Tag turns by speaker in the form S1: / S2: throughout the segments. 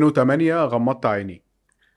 S1: 2008 غمضت عيني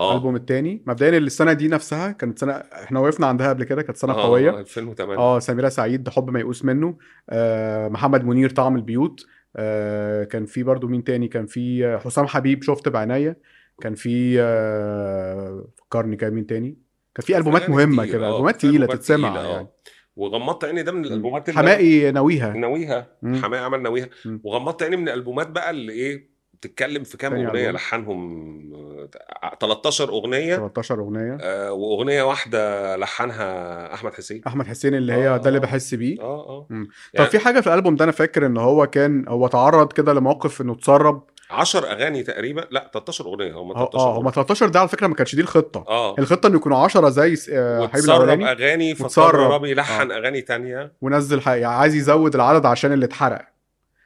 S2: اه
S1: الالبوم الثاني مبدئيا السنه دي نفسها كانت سنه احنا وقفنا عندها قبل كده كانت سنه
S2: آه،
S1: قويه
S2: 2008
S1: اه سميرة سعيد ده حب ما يقوس منه آه محمد منير طعم البيوت آه كان في برضو مين تاني كان في آه، حسام حبيب شفت بعناية كان في آه فكرني كان مين تاني كان في البومات
S2: فنانة
S1: مهمه
S2: كتير،
S1: كده
S2: آه،
S1: البومات
S2: في
S1: تقيله
S2: ألبومات
S1: تتسمع
S2: تقيلة، آه.
S1: يعني
S2: وغمضت عيني ده من الالبومات اللي
S1: حماقي ناويها
S2: ناويها
S1: مم.
S2: حماقي عمل ناويها
S1: مم.
S2: وغمضت عيني من الالبومات بقى اللي ايه بتتكلم في كام
S1: تاني
S2: اغنيه
S1: ألبوم.
S2: لحنهم آه، 13 اغنيه
S1: 13 اغنيه
S2: آه، واغنيه واحده لحنها احمد حسين
S1: احمد حسين اللي هي
S2: آه،
S1: ده اللي
S2: آه.
S1: بحس بيه
S2: اه اه
S1: مم.
S2: يعني
S1: طب في حاجه في الالبوم ده انا فاكر ان هو كان هو تعرض كده لموقف انه اتسرب
S2: 10 اغاني تقريبا لا 13 اغنيه هم 13
S1: اه هم
S2: أغنية.
S1: 13 ده على فكره ما كانش دي الخطه
S2: اه
S1: الخطه انه يكونوا 10 زي س- آه، حبيب
S2: وتسرب
S1: الاولاني
S2: اغاني فصبر
S1: وتسرب. آه.
S2: ربي لحن اغاني تانية
S1: ونزل حق... يعني عايز يزود العدد عشان اللي اتحرق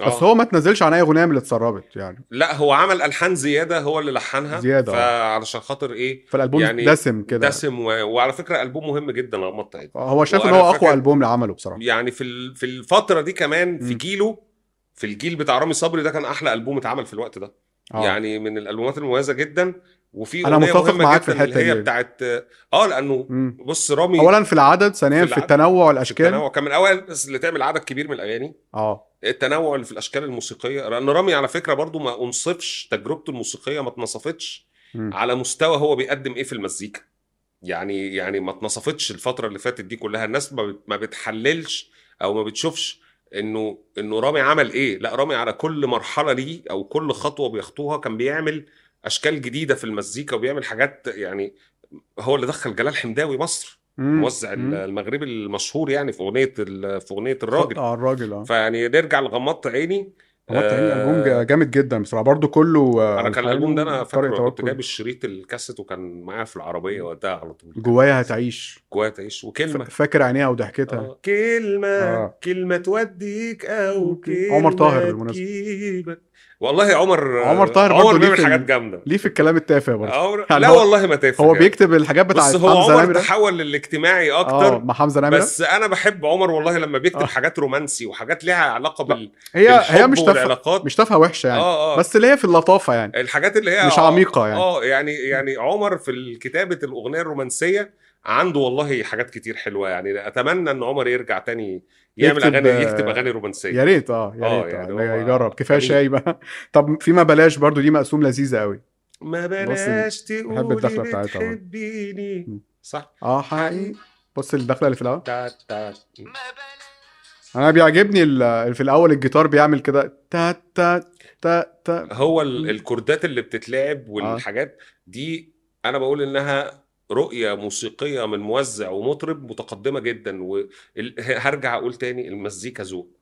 S2: آه.
S1: بس هو ما تنزلش عن اي اغنيه من اللي اتسربت يعني
S2: لا هو عمل الحان زياده هو اللي لحنها
S1: زيادة، آه.
S2: فعلشان خاطر ايه
S1: فالالبوم
S2: يعني
S1: يعني دسم كده آه،
S2: دسم و... وعلى فكره البوم مهم جدا غمضت عيني
S1: هو شايف ان
S2: وأنا
S1: هو اقوى
S2: فاكر-
S1: البوم اللي عمله بصراحه
S2: يعني في ال- في الفتره دي كمان في
S1: مم.
S2: جيله في الجيل بتاع رامي صبري ده كان احلى البوم اتعمل في الوقت ده
S1: آه.
S2: يعني من الالبومات المميزه جدا وفي
S1: أنا
S2: اغنيه
S1: متفق
S2: مهمه
S1: معاك
S2: جدا
S1: في الحتة
S2: اللي هي
S1: دي.
S2: بتاعت اه لانه
S1: مم.
S2: بص رامي
S1: اولا في العدد ثانيا
S2: في
S1: في,
S2: العدد،
S1: التنوع
S2: في
S1: الاشكال
S2: التنوع كان من الاوائل الناس اللي تعمل عدد كبير من الاغاني
S1: اه
S2: التنوع اللي في الاشكال الموسيقيه لان رامي على فكره برضو ما انصفش تجربته الموسيقيه ما اتنصفتش
S1: مم.
S2: على مستوى هو بيقدم ايه في المزيكا يعني يعني ما اتنصفتش الفتره اللي فاتت دي كلها الناس ما بت- ما بتحللش او ما بتشوفش انه انه رامي عمل ايه لا رامي على كل مرحله ليه او كل خطوه بيخطوها كان بيعمل اشكال جديده في المزيكا وبيعمل حاجات يعني هو اللي دخل جلال حمداوي مصر
S1: مم.
S2: موزع
S1: مم.
S2: المغربي المشهور يعني في اغنيه ال- في اغنيه الراجل
S1: اه الراجل اه
S2: فيعني نرجع لغمضت عيني
S1: هو تاني
S2: آه،
S1: البوم جا- جامد جدا بصراحه برضو كله آه،
S2: انا كان
S1: ألحانه
S2: الالبوم ده انا
S1: طارق
S2: فاكره أنا كنت
S1: توكل.
S2: جايب الشريط الكاسيت وكان معايا في العربيه وقتها على طول
S1: جوايا هتعيش
S2: جوايا تعيش
S1: ف-
S2: وكلمه
S1: فاكر عينيها وضحكتها
S2: آه. كلمه
S1: آه.
S2: كلمه توديك او
S1: أوكي.
S2: كلمه
S1: عمر طاهر بالمناسبة.
S2: تجيبك والله عمر
S1: عمر طاهر
S2: عمر
S1: برضه ليه
S2: بيعمل
S1: في ال-
S2: حاجات جامده
S1: ليه في الكلام التافه برضه
S2: عمر...
S1: يعني
S2: لا
S1: هو-
S2: والله ما تافه
S1: هو
S2: يعني.
S1: بيكتب الحاجات بتاعت
S2: بص هو
S1: حمزه
S2: عمر
S1: نمره
S2: تحول للاجتماعي
S1: اه
S2: اكتر
S1: مع حمزه نمره
S2: بس انا بحب عمر والله لما بيكتب
S1: آه.
S2: حاجات رومانسي وحاجات ليها علاقه
S1: لا،
S2: بال...
S1: هي هي
S2: بالحب
S1: مش تافهه
S2: والعلاقات
S1: مش تافهه وحشه يعني
S2: اه اه
S1: بس اللي هي في اللطافه يعني
S2: الحاجات اللي هي
S1: مش
S2: آه،
S1: عميقة يعني.
S2: اه يعني يعني عمر في كتابة الأغنية الرومانسية عنده والله حاجات كتير حلوة يعني أتمنى إن عمر يرجع تاني يعمل
S1: يكتب-
S2: أغاني يكتب أغاني رومانسية
S1: يا ريت اه يا
S2: آه،
S1: ريت
S2: يعني
S1: آه،
S2: هو
S1: يجرب كفايه
S2: جميل.
S1: شاي بقى طب فيما بلاش برضو دي مقسوم لذيذه قوي
S2: ما
S1: بص،
S2: بلاش
S1: بحب
S2: تقولي
S1: الدخلة بتاعتها برضه.
S2: بتحبيني
S1: م.
S2: صح
S1: اه حقيقي بص الدخله اللي في الاول
S2: تا- تا.
S1: انا بيعجبني ال- في الاول الجيتار بيعمل كده تا تا تا تا
S2: هو ال- الكوردات اللي بتتلعب والحاجات دي أنا بقول إنها رؤية موسيقية من موزع ومطرب متقدمة جدا وهرجع أقول تاني المزيكا ذوق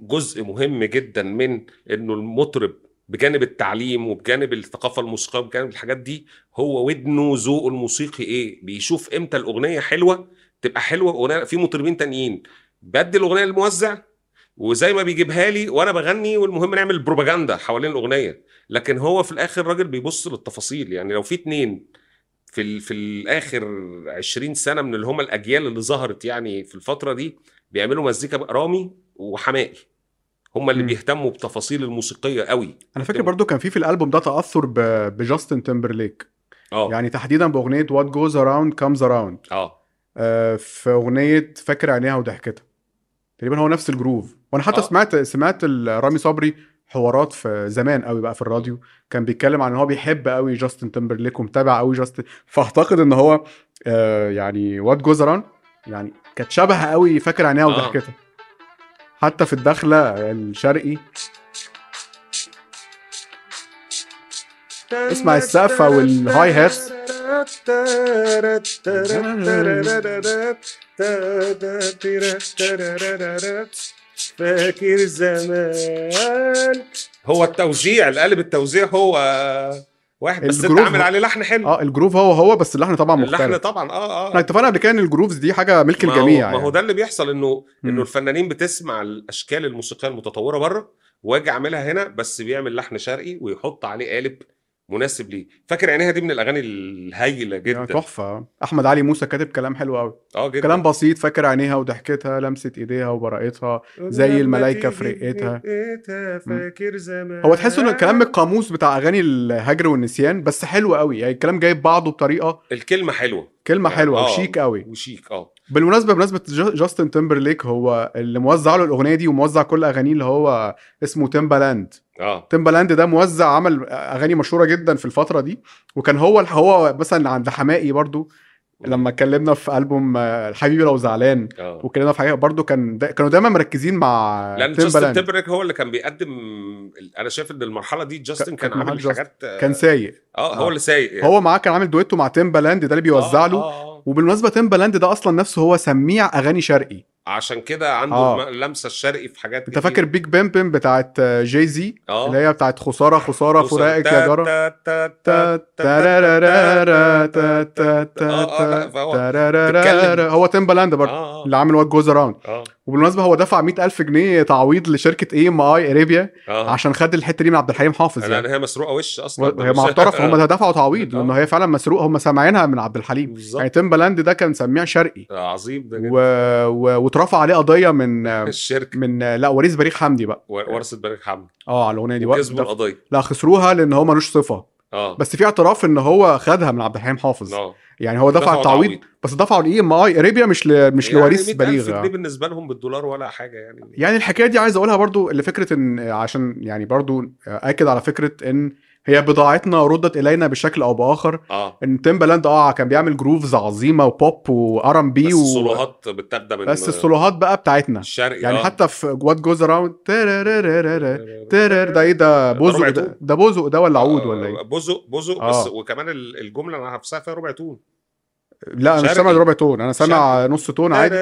S2: جزء مهم جدا من انه المطرب بجانب التعليم وبجانب الثقافه الموسيقيه وبجانب الحاجات دي هو ودنه ذوقه الموسيقي ايه بيشوف امتى الاغنيه حلوه تبقى حلوه اغنيه في مطربين تانيين بدي الاغنيه للموزع وزي ما بيجيبها لي وانا بغني والمهم نعمل بروباجندا حوالين الاغنيه لكن هو في الاخر راجل بيبص للتفاصيل يعني لو في اتنين في ال... في الاخر 20 سنه من اللي هم الاجيال اللي ظهرت يعني في الفتره دي بيعملوا مزيكا بقى رامي وحماقي هم اللي
S1: مم.
S2: بيهتموا بتفاصيل الموسيقيه قوي
S1: انا فاكر برضو كان في في الالبوم ده تاثر ب- بجاستن تيمبرليك
S2: اه
S1: يعني تحديدا باغنيه وات جوز اراوند كامز اراوند
S2: اه
S1: آه، في اغنيه فاكر عينيها وضحكتها تقريبا هو نفس الجروف وانا حتى
S2: آه.
S1: آه. سمعت سمعت ال- رامي صبري حوارات في زمان قوي بقى في الراديو كان بيتكلم عن ان هو بيحب قوي جاستن تمبرليك ومتابع قوي جاستن فاعتقد ان هو آه يعني واد جوزران يعني كانت شبه قوي فاكر عينيها
S2: آه.
S1: وضحكتها حتى في الدخله الشرقي اسمع السقفة والهاي هاتس.
S2: فاكر زمان هو التوزيع القالب التوزيع هو واحد بس انت
S1: الجروف
S2: عامل
S1: هو-
S2: عليه لحن حلو
S1: اه الجروف هو هو بس اللحن طبعا
S2: اللحن
S1: مختلف
S2: طبعا اه اه
S1: احنا اتفقنا قبل كده ان الجروفز دي حاجه ملك
S2: ما هو-
S1: الجميع
S2: ما هو
S1: يعني.
S2: ده اللي بيحصل انه انه
S1: مم.
S2: الفنانين بتسمع الاشكال الموسيقيه المتطوره بره واجي اعملها هنا بس بيعمل لحن شرقي ويحط عليه قالب مناسب ليه فاكر عينيها دي من الاغاني الهايله
S1: يعني
S2: جدا
S1: تحفه احمد علي موسى كاتب كلام حلو قوي
S2: اه جدا
S1: كلام بسيط فاكر عينيها وضحكتها لمسه ايديها وبراءتها زي الملايكة في رقتها.
S2: فاكر زمان
S1: هو تحس ان الكلام من
S2: آه.
S1: القاموس بتاع اغاني الهجر والنسيان بس حلو قوي يعني الكلام جايب بعضه بطريقه
S2: الكلمه حلوه
S1: كلمه حلوه
S2: آه.
S1: وشيك قوي
S2: وشيك اه
S1: بالمناسبه بمناسبه جو- جاستن تمبرليك هو اللي موزع له الاغنيه دي وموزع كل اغانيه اللي هو اسمه تيمبالاند
S2: اه
S1: تيمبالاند ده موزع عمل اغاني مشهوره جدا في الفتره دي وكان هو هو مثلا عند حماقي برضو لما اتكلمنا في البوم آه، الحبيبي لو زعلان
S2: اه
S1: واتكلمنا في حاجه برضو كان دا كانوا دايما مركزين مع
S2: لان جاستن
S1: تيمبالاند
S2: تيمبريك هو اللي كان بيقدم انا شايف ان المرحله دي جاستن
S1: كانت
S2: كان
S1: مرحلة
S2: عامل
S1: جاستن.
S2: حاجات آه،
S1: كان سايق
S2: اه
S1: آه.
S2: هو اللي سايق يعني.
S1: هو معاه كان عامل دويتو مع تيمبالاند ده اللي بيوزع
S2: آه،
S1: له
S2: آه، آه.
S1: وبالمناسبه تيمبالاند ده اصلا نفسه هو سميع اغاني شرقي
S2: عشان كده عنده
S1: آه.
S2: آه. اللمسه الشرقي في حاجات
S1: انت فاكر بيج بامبم بتاعت آه، جاي زي
S2: اه
S1: اللي هي بتاعت خساره خساره فراقك يا جرى تا- تارارارارا، تا- تا- تا-
S2: آه، آه، لا، فهو
S1: تارارارارا.
S2: بيتكلم.
S1: هو تيمبالاند برضه
S2: اه
S1: اللي عامل وات جوز اراوند
S2: اه
S1: وبالمناسبه هو دفع 100000 جنيه تعويض لشركه اي ام اي اريبيا
S2: اه
S1: عشان خد الحته دي من عبد الحليم حافظ
S2: انا
S1: يعني
S2: أنا هي مسروقه وش اصلا
S1: هي معترف هم دفعوا تعويض
S2: آه.
S1: لان هي فعلا مسروقه هم سامعينها من عبد الحليم يعني
S2: بالظبط
S1: تيمبالاند ده كان سميع شرقي
S2: آه، عظيم ده
S1: يعني و...
S2: جدا
S1: و... واترفع عليه قضيه من
S2: الشركه
S1: من لا وريث بريق حمدي بقى
S2: ورثه بنك حمد
S1: اه على الاغنيه دي
S2: وكسبوا
S1: وقت
S2: القضيه
S1: لا خسروها لان هو ملوش صفه
S2: اه
S1: بس في اعتراف ان هو خدها من عبد الحليم حافظ
S2: آه.
S1: يعني هو دفع
S2: دفعوا
S1: التعويض بس دفعوا لاي ام اي اريبيا آه، مش ل... مش
S2: يعني
S1: لوريث
S2: 100,000
S1: بليغ
S2: جنيه
S1: يعني.
S2: بالنسبه لهم بالدولار ولا حاجه يعني
S1: يعني الحكايه دي عايز اقولها برضو اللي فكره ان عشان يعني برضو اكد على فكره ان هي بضاعتنا ردت الينا بشكل او باخر
S2: اه
S1: ان تيمبالاند اه كان بيعمل جروفز عظيمه وبوب وار ام بي
S2: بس
S1: و...
S2: الصولوهات بتاخدها من
S1: بس السولوهات بقى بتاعتنا
S2: الشرقي
S1: يعني
S2: آه.
S1: حتى في وات جوز اراوند تيرر ده ايه ده بوزق
S2: آه، ربع
S1: ده,
S2: توب.
S1: ده بوزق ده ولا عود ولا
S2: آه،
S1: ايه؟
S2: بزق بزق
S1: آه.
S2: بس وكمان ال- الجمله انا نفسها فيها ربع تون
S1: لا انا مش
S2: شرقي.
S1: سامع ربع تون انا سامع
S2: شرقي.
S1: نص تون عادي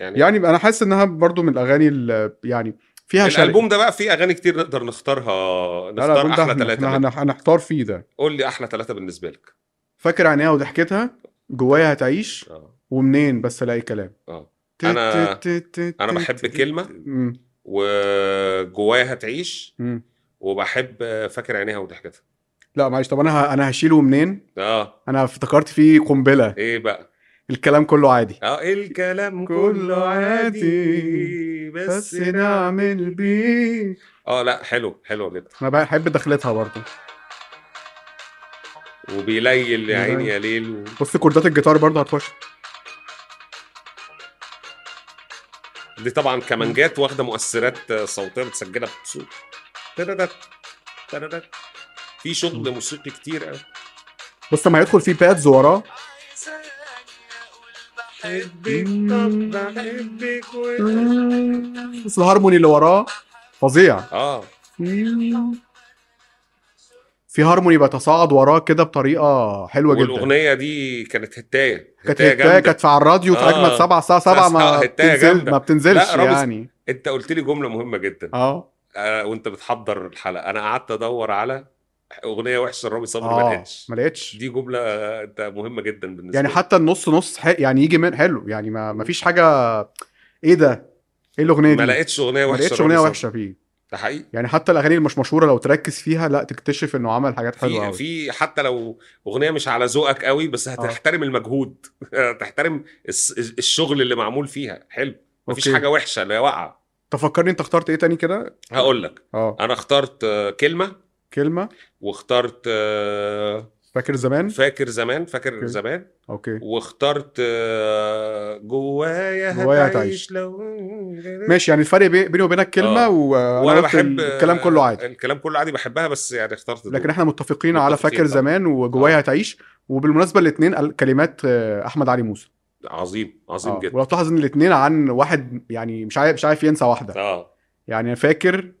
S2: يعني,
S1: يعني انا حاسس انها برضو من الاغاني اللي يعني فيها شرقي
S2: الالبوم ده بقى فيه اغاني كتير نقدر نختارها
S1: لا لا
S2: نختار
S1: الألبوم ده
S2: احلى
S1: احنا
S2: ثلاثه
S1: احنا هن- هنحتار فيه ده
S2: قول لي احلى ثلاثه بالنسبه لك
S1: فاكر عينيها وضحكتها جوايا هتعيش
S2: آه.
S1: ومنين بس الاقي كلام
S2: آه.
S1: تت-
S2: أنا-
S1: تت- تت-
S2: أنا بحب
S1: تت-
S2: كلمة.
S1: مم.
S2: وجوايا هتعيش
S1: مم.
S2: وبحب فاكر عينيها وضحكتها
S1: لا معلش طب انا ه- انا هشيله منين
S2: اه
S1: انا افتكرت فيه قنبله
S2: ايه بقى
S1: الكلام كله عادي
S2: اه الكلام
S1: كله
S2: كله
S1: عادي،
S2: عادي بس نعم
S1: نعمل بيه
S2: اه لا حلو حلو جدا
S1: انا بحب دخلتها برضه
S2: وبيليل يا عيني
S1: بيليل.
S2: يا ليل و...
S1: بص كوردات الجيتار برضه هتخش
S2: دي طبعا كمانجات واخده مؤثرات صوتيه متسجله بصوت تردد تردد في شغل موسيقي كتير قوي
S1: بص لما هيدخل فيه بادز وراه
S2: حبك
S1: طب
S2: بحبك
S1: بص الهارموني اللي وراه فظيع
S2: اه
S1: في هارموني بتصاعد وراه كده بطريقه حلوه جدا
S2: والاغنيه دي كانت هتايه
S1: كانت هتاية كانت على الراديو في
S2: آه.
S1: اجمل سبعة الساعه 7
S2: بس آه،
S1: ما
S2: هتاية
S1: بتنزل
S2: جامدة.
S1: ما بتنزلش
S2: لا، رامز-
S1: يعني
S2: انت قلت لي جمله مهمه جدا
S1: اه
S2: آه وانت بتحضر الحلقه انا قعدت ادور على اغنيه وحشه لرامي صبري ما
S1: اه
S2: لقيتش
S1: ما لقيتش
S2: دي آه، جمله انت مهمه جدا بالنسبه
S1: يعني
S2: لي.
S1: حتى النص نص حق يعني يجي من حلو يعني ما ما فيش حاجه ايه ده ايه الاغنيه دي
S2: ما لقيتش اغنيه
S1: ما
S2: وحشه
S1: لقيتش
S2: لرامي
S1: اغنيه
S2: صبري.
S1: وحشه فيه
S2: ده حقيقي
S1: يعني حتى الاغاني اللي مش مشهوره لو تركز فيها لا تكتشف انه عمل حاجات حلوه
S2: في
S1: قوي
S2: في حتى لو اغنيه مش على ذوقك قوي
S1: آه.
S2: بس هتحترم المجهود هتحترم الس- الشغل اللي معمول فيها حلو مفيش
S1: أوكي.
S2: حاجه وحشه لا واقعه
S1: تفكرني انت اخترت ايه تاني كده
S2: هقول لك
S1: اه
S2: انا اخترت آه، كلمه
S1: كلمه
S2: واخترت آه،
S1: فاكر زمان
S2: فاكر زمان فاكر
S1: أوكي.
S2: زمان
S1: اوكي
S2: واخترت آه، جوايا
S1: جوايا هتعيش.
S2: هتعيش لو
S1: ماشي يعني الفرق بي- بيني وبينك كلمه
S2: آه.
S1: وانا
S2: وانا
S1: قلت
S2: بحب آه،
S1: الكلام كله عادي
S2: الكلام كله عادي بحبها بس يعني اخترت دول.
S1: لكن احنا متفقين على
S2: متفقين
S1: فاكر
S2: طبعا.
S1: زمان وجوايا
S2: آه.
S1: هتعيش وبالمناسبه الاثنين كلمات آه، احمد علي موسى
S2: عظيم عظيم
S1: اه
S2: جدا
S1: ولو تلاحظ ان الاثنين عن واحد يعني مش عارف مش عارف ينسى واحده
S2: اه
S1: يعني فاكر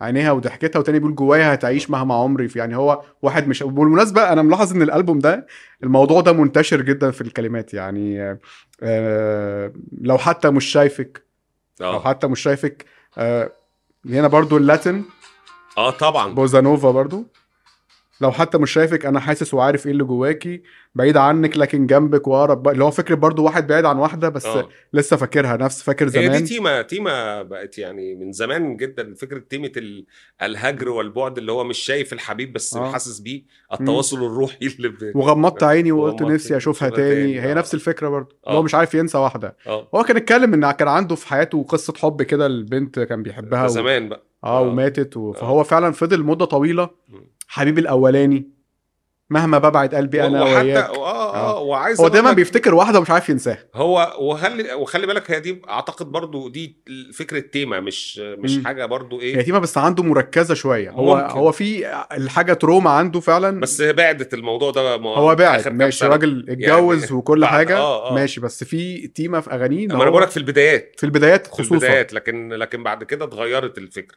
S1: عينيها وضحكتها وتاني بيقول جوايا هتعيش مهما عمري في يعني هو واحد مش بالمناسبه انا ملاحظ ان الالبوم ده الموضوع ده منتشر جدا في الكلمات يعني آه، آه لو حتى مش شايفك لو
S2: اه
S1: حتى مش شايفك آه هنا برضو اللاتن
S2: اه طبعا
S1: بوزانوفا برضو لو حتى مش شايفك انا حاسس وعارف ايه اللي جواكي بعيد عنك لكن جنبك واقرب اللي هو فكره برضو واحد بعيد عن واحده بس
S2: آه.
S1: لسه فاكرها نفس فاكر
S2: هي دي
S1: زمان
S2: تيمة تيمة بقت يعني من زمان جدا فكرة تيمة ال- الهجر والبعد اللي هو مش شايف الحبيب بس
S1: آه.
S2: حاسس بيه التواصل الروحي اللي ب...
S1: وغمضت عيني وقلت
S2: وغمضت
S1: نفسي
S2: عيني
S1: اشوفها
S2: وأشوفها
S1: تاني,
S2: تاني.
S1: هي
S2: آه.
S1: نفس الفكره برضو
S2: آه.
S1: هو مش عارف ينسى واحده
S2: اه
S1: هو كان اتكلم ان كان عنده في حياته قصه حب كده البنت كان
S2: ده
S1: بيحبها و...
S2: زمان بقى
S1: اه
S2: آه.
S1: وماتت و... فهو فعلا فضل مده طويله
S2: م.
S1: حبيبي الاولاني مهما ببعد قلبي انا
S2: وحتى
S1: وياك
S2: اه اه
S1: آه.
S2: وعايز
S1: هو
S2: أقول
S1: دايما
S2: لك-
S1: بيفتكر واحده ومش عارف ينساها
S2: هو وخلي وخلي بالك هي دي اعتقد برضو دي فكره تيمه مش مش
S1: مم.
S2: حاجه برضو ايه
S1: يتيمه يعني بس عنده مركزه شويه هو
S2: ممكن.
S1: هو في الحاجه تروما عنده فعلا
S2: بس بعدت الموضوع ده ما
S1: هو بعد
S2: كام
S1: ماشي
S2: سنة. يعني
S1: راجل اتجوز وكل
S2: بعد-
S1: حاجه
S2: آه، آه.
S1: ماشي بس في تيمه في اغانيه إن
S2: ما انا
S1: هو
S2: بقولك في البدايات
S1: في البدايات
S2: في
S1: خصوصا
S2: البدايات لكن لكن بعد كده اتغيرت الفكره